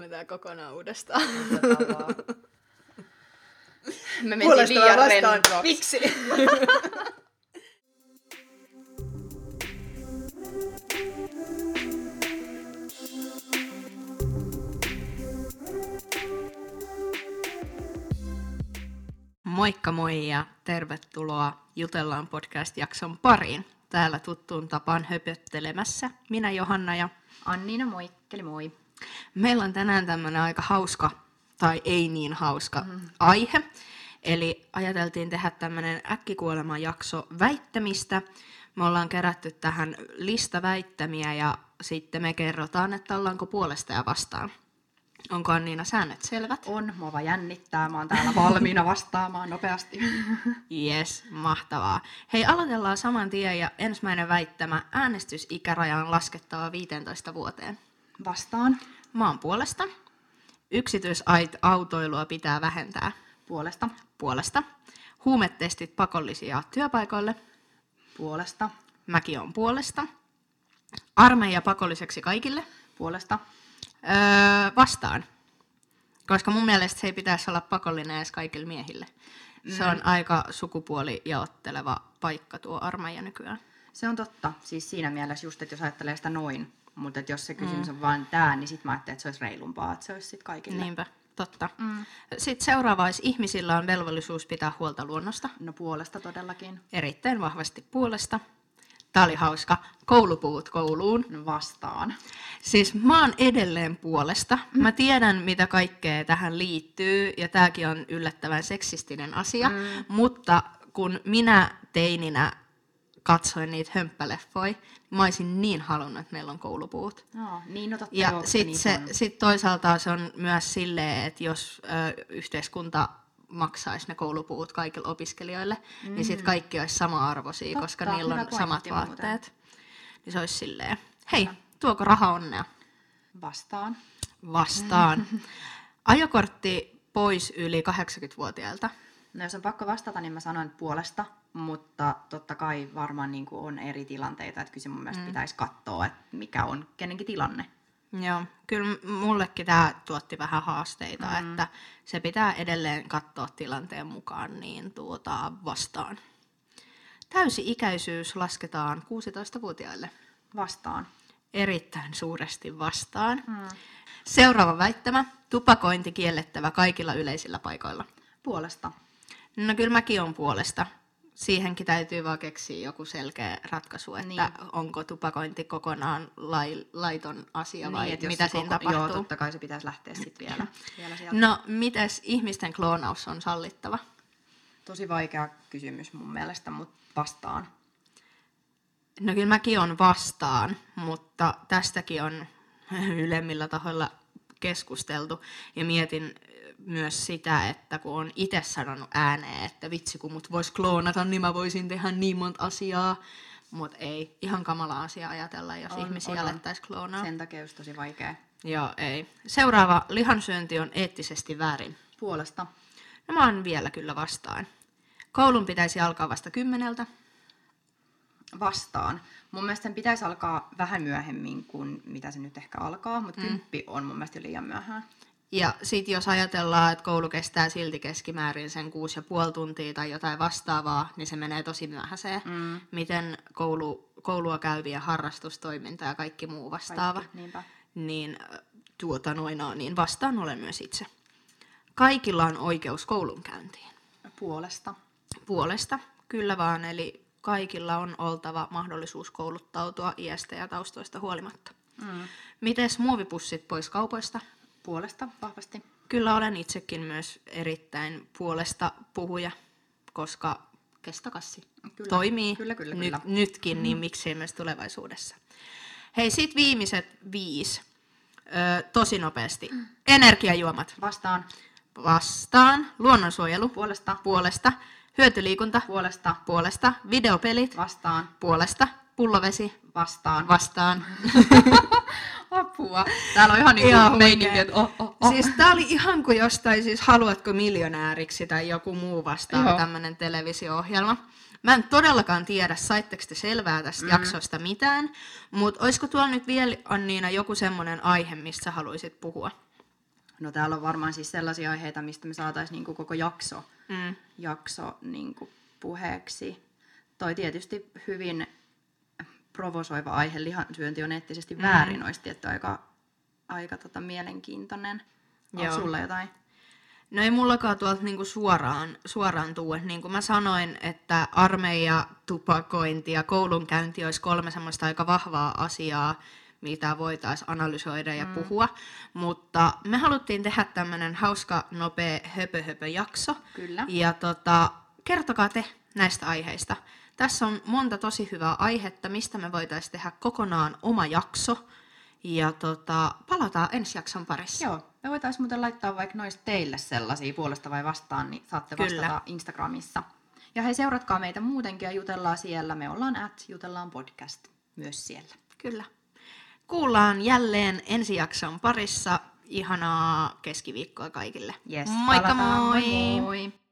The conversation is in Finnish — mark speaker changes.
Speaker 1: me tää kokonaan uudestaan.
Speaker 2: Otetaan vaan.
Speaker 1: Me mentiin
Speaker 2: Puolesta vai
Speaker 1: liian
Speaker 2: vastaan.
Speaker 1: rennoksi.
Speaker 2: Miksi?
Speaker 1: Moikka moi ja tervetuloa Jutellaan podcast-jakson pariin. Täällä tuttuun tapaan höpöttelemässä minä Johanna ja
Speaker 2: Anniina moikkeli moi.
Speaker 1: meillä on tänään tämmöinen aika hauska tai ei niin hauska mm. aihe. Eli ajateltiin tehdä tämmöinen äkkikuolemajakso väittämistä. Me ollaan kerätty tähän lista väittämiä ja sitten me kerrotaan, että ollaanko puolesta ja vastaan. Onko Anniina säännöt selvät?
Speaker 2: On, mua vaan jännittää. Mä oon täällä valmiina vastaamaan nopeasti.
Speaker 1: Yes, mahtavaa. Hei, aloitellaan saman tien ja ensimmäinen väittämä. Äänestysikäraja on laskettava 15 vuoteen.
Speaker 2: Vastaan.
Speaker 1: Maan puolesta. Yksityisautoilua pitää vähentää.
Speaker 2: Puolesta.
Speaker 1: Puolesta. Huumetestit pakollisia työpaikoille.
Speaker 2: Puolesta.
Speaker 1: Mäki on puolesta. Armeija pakolliseksi kaikille.
Speaker 2: Puolesta.
Speaker 1: Öö, vastaan. Koska mun mielestä se ei pitäisi olla pakollinen edes kaikille miehille. Se on aika sukupuolijaotteleva paikka tuo armeija nykyään.
Speaker 2: Se on totta. Siis siinä mielessä just, että jos ajattelee sitä noin. Mutta jos se kysymys on vain tämä, niin sit mä ajattelin, että se olisi reilumpaa, että se olisi sit kaikille.
Speaker 1: Niinpä, totta.
Speaker 2: Niin. Mm.
Speaker 1: Sitten seuraava olisi, ihmisillä on velvollisuus pitää huolta luonnosta.
Speaker 2: No puolesta todellakin.
Speaker 1: Erittäin vahvasti puolesta. Tämä oli hauska. Koulupuvut kouluun.
Speaker 2: No vastaan.
Speaker 1: Siis mä oon edelleen puolesta.
Speaker 2: Mm.
Speaker 1: Mä tiedän, mitä kaikkea tähän liittyy, ja tääkin on yllättävän seksistinen asia, mm. mutta kun minä teininä katsoin niitä hömppäleffoja, mä olisin niin halunnut, että meillä on koulupuvut.
Speaker 2: No, niin, no totta
Speaker 1: Ja
Speaker 2: joo,
Speaker 1: sitten
Speaker 2: niin
Speaker 1: se,
Speaker 2: on.
Speaker 1: sit toisaalta se on myös silleen, että jos ö, yhteiskunta maksaisi ne koulupuut kaikille opiskelijoille, mm. niin sitten kaikki olisi sama-arvoisia,
Speaker 2: Totta,
Speaker 1: koska niillä
Speaker 2: hyvä
Speaker 1: on samat
Speaker 2: pointti muuten.
Speaker 1: vaatteet. Niin se olisi silleen, hei, tuoko raha onnea?
Speaker 2: Vastaan.
Speaker 1: Vastaan. Ajokortti pois yli 80-vuotiailta.
Speaker 2: No jos on pakko vastata, niin mä sanon että puolesta, mutta totta kai varmaan niin kuin on eri tilanteita, että kyllä se mun mielestä mm. pitäisi katsoa, että mikä on kenenkin tilanne.
Speaker 1: Joo, kyllä m- mullekin tämä tuotti vähän haasteita, mm. että se pitää edelleen katsoa tilanteen mukaan niin tuota vastaan. Täysi-ikäisyys lasketaan 16-vuotiaille
Speaker 2: Vastaan.
Speaker 1: erittäin suuresti vastaan. Mm.
Speaker 2: Mm.
Speaker 1: Seuraava väittämä, tupakointi kiellettävä kaikilla yleisillä paikoilla.
Speaker 2: Puolesta.
Speaker 1: No kyllä mäkin on puolesta. Siihenkin täytyy vaan keksiä joku selkeä ratkaisu, että niin.
Speaker 2: Niin.
Speaker 1: onko tupakointi kokonaan lai, laiton asia vai
Speaker 2: että
Speaker 1: niin,
Speaker 2: jos
Speaker 1: mitä
Speaker 2: se
Speaker 1: siinä
Speaker 2: koko-
Speaker 1: tapahtuu.
Speaker 2: Joo, totta kai se pitäisi lähteä sitten vielä, vielä sieltä.
Speaker 1: No, mitäs ihmisten kloonaus on sallittava?
Speaker 2: Tosi vaikea kysymys mun mielestä, mutta vastaan.
Speaker 1: No kyllä mäkin on vastaan, mutta tästäkin on ylemmillä tahoilla keskusteltu ja mietin myös sitä, että kun on itse sanonut ääneen, että vitsi kun mut vois kloonata, niin mä voisin tehdä niin monta asiaa, mutta ei. Ihan kamala asia ajatella, jos
Speaker 2: On,
Speaker 1: on, ihmisiä
Speaker 2: on, on.
Speaker 1: alettaisiin kloonaa.
Speaker 2: Sen takia just tosi vaikea.
Speaker 1: Joo, ei. Seuraava, lihansyönti on eettisesti väärin.
Speaker 2: Puolesta.
Speaker 1: No mä oon vielä kyllä vastaan. Koulun pitäisi alkaa vasta kymmeneltä.
Speaker 2: vastaan. Mun mielestä sen pitäisi alkaa vähän myöhemmin kuin mitä se nyt ehkä alkaa, mutta mm. kymppi on mun mielestä jo liian myöhään.
Speaker 1: Ja sitten jos ajatellaan, että koulu kestää silti keskimäärin sen kuusi ja puoli tuntia tai jotain vastaavaa, niin se menee tosi myöhäiseen.
Speaker 2: Mm.
Speaker 1: Miten koulu, koulua käyviä harrastustoiminta ja kaikki muu vastaava,
Speaker 2: Kaikki, niinpä.
Speaker 1: niin äh, tuota noina, niin vastaan olen myös itse. Kaikilla on oikeus koulunkäyntiin.
Speaker 2: Puolesta.
Speaker 1: Puolesta, kyllä vaan, eli kaikilla on oltava mahdollisuus kouluttautua iästä ja taustoista huolimatta.
Speaker 2: Mm.
Speaker 1: Mites muovipussit pois kaupoista?
Speaker 2: Puolesta vahvasti.
Speaker 1: Kyllä olen itsekin myös erittäin puolesta puhuja, koska kestakassi
Speaker 2: Kyllä.
Speaker 1: toimii
Speaker 2: Kyllä, kyllä,
Speaker 1: ny-
Speaker 2: kyllä. Mm.
Speaker 1: nytkin, niin miksei myös tulevaisuudessa. Hei, sit viimeiset viisi. Öö, tosi nopeasti.
Speaker 2: Mm.
Speaker 1: Energiajuomat
Speaker 2: Vastaan.
Speaker 1: vastaan, luonnonsuojelu
Speaker 2: Puolesta.
Speaker 1: puolesta, hyötyliikunta
Speaker 2: Puolesta.
Speaker 1: puolesta, videopelit
Speaker 2: Vastaan.
Speaker 1: puolesta, pullovesi
Speaker 2: Vastaan.
Speaker 1: vastaan.
Speaker 2: Apua. Täällä on ihan niin
Speaker 1: Ihan
Speaker 2: kuin meininki,
Speaker 1: huikea.
Speaker 2: että oh, oh,
Speaker 1: Oh.
Speaker 2: oh.
Speaker 1: Siis tää oli ihan kuin jostain, siis haluatko miljonääriksi tai joku muu vastaava
Speaker 2: Joo.
Speaker 1: tämmönen televisio-ohjelma. Mä en todellakaan tiedä, saitteko te selvää tästä mm. jaksosta mitään, mutta olisiko tuolla nyt vielä Anniina joku semmoinen aihe, mistä sä haluaisit puhua?
Speaker 2: No täällä on varmaan siis sellaisia aiheita, mistä me saataisiin niin koko jakso,
Speaker 1: Mm.
Speaker 2: jakso niin puheeksi. Toi tietysti hyvin provosoiva aihe, lihansyönti on eettisesti väärin, mm. olisi tietty aika, aika tota, mielenkiintoinen. Onko
Speaker 1: Joo.
Speaker 2: sulla jotain?
Speaker 1: No ei mullakaan tuolta niinku suoraan, suoraan tuu. Et Niin kuin mä sanoin, että armeija, tupakointi ja koulunkäynti olisi kolme semmoista aika vahvaa asiaa, mitä voitaisiin analysoida ja mm. puhua. Mutta me haluttiin tehdä tämmöinen hauska, nopea, höpö, höpö jakso.
Speaker 2: Kyllä.
Speaker 1: Ja tota, kertokaa te näistä aiheista. Tässä on monta tosi hyvää aihetta, mistä me voitaisiin tehdä kokonaan oma jakso. Ja tota, palataan ensi jakson parissa.
Speaker 2: Joo, me voitaisiin muuten laittaa vaikka noista teille sellaisia puolesta vai vastaan, niin saatte
Speaker 1: Kyllä.
Speaker 2: vastata Instagramissa. Ja hei, seuratkaa meitä muutenkin ja jutellaan siellä. Me ollaan at jutellaan podcast myös siellä.
Speaker 1: Kyllä. Kuullaan jälleen ensi jakson parissa. Ihanaa keskiviikkoa kaikille.
Speaker 2: Yes,
Speaker 1: Moikka
Speaker 2: palataan.
Speaker 1: moi!
Speaker 2: moi! moi.